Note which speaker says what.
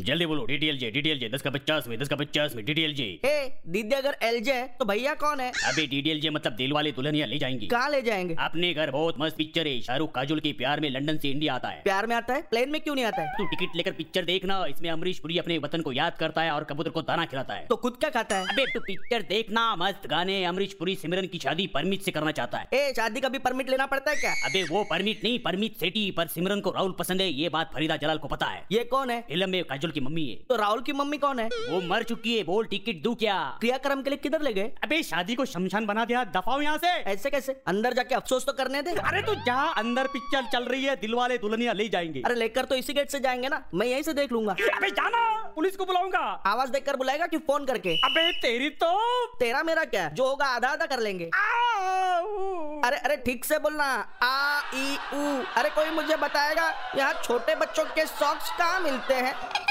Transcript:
Speaker 1: जल्दी बोलो डीटीएल जे डीटीएल जे दस का पचास में दस का पचास में डीटीएल जे
Speaker 2: ए दीदी अगर एलजे है तो भैया कौन है
Speaker 1: अबे डीटीएल जे मतलब दिल वाले दुल्हनिया ले जाएंगी
Speaker 2: कहाँ ले जाएंगे
Speaker 1: अपने घर बहुत मस्त पिक्चर है शाहरुख काजुल के प्यार में लंदन से इंडिया आता है
Speaker 2: प्यार में आता है प्लेन में क्यों नहीं आता है
Speaker 1: तू टिकट लेकर पिक्चर देखना इसमें अमरीश पुरी अपने वतन को याद करता है और कबूतर को दाना खिलाता है
Speaker 2: तो खुद क्या खाता है
Speaker 1: अबे तू पिक्चर देखना मस्त गाने अमरीश पुरी सिमरन की शादी परमिट से करना चाहता है
Speaker 2: ए शादी का भी परमिट लेना पड़ता है क्या
Speaker 1: अबे वो परमिट नहीं परमिट सेठी पर सिमरन को राहुल पसंद है ये बात फरीदा जलाल को पता है
Speaker 2: ये कौन है
Speaker 1: फिल्म में काजोल की मम्मी है
Speaker 2: तो राहुल की मम्मी कौन है
Speaker 1: वो मर चुकी है बोल टिकट दू क्या
Speaker 2: क्रियाक्रम के लिए किधर ले गए
Speaker 1: अबे शादी को शमशान बना दिया दफाओ यहाँ से
Speaker 2: ऐसे कैसे अंदर जाके अफसोस तो करने दे
Speaker 1: अरे तू जहाँ अंदर पिक्चर चल रही है दिलवाले दुल्हनिया ले जाएंगे
Speaker 2: अरे लेकर तो इसी गेट से जाएंगे ना मैं यहीं से देख लूंगा
Speaker 1: अबे जाना पुलिस को बुलाऊंगा
Speaker 2: आवाज देखकर बुलाएगा कि फोन करके
Speaker 1: हाँ। अबे तेरी तो
Speaker 2: तेरा मेरा क्या जो होगा आधा आधा कर लेंगे अरे अरे ठीक से बोलना आ ई ऊ अरे कोई मुझे बताएगा यहाँ छोटे बच्चों के सॉक्स कहाँ मिलते हैं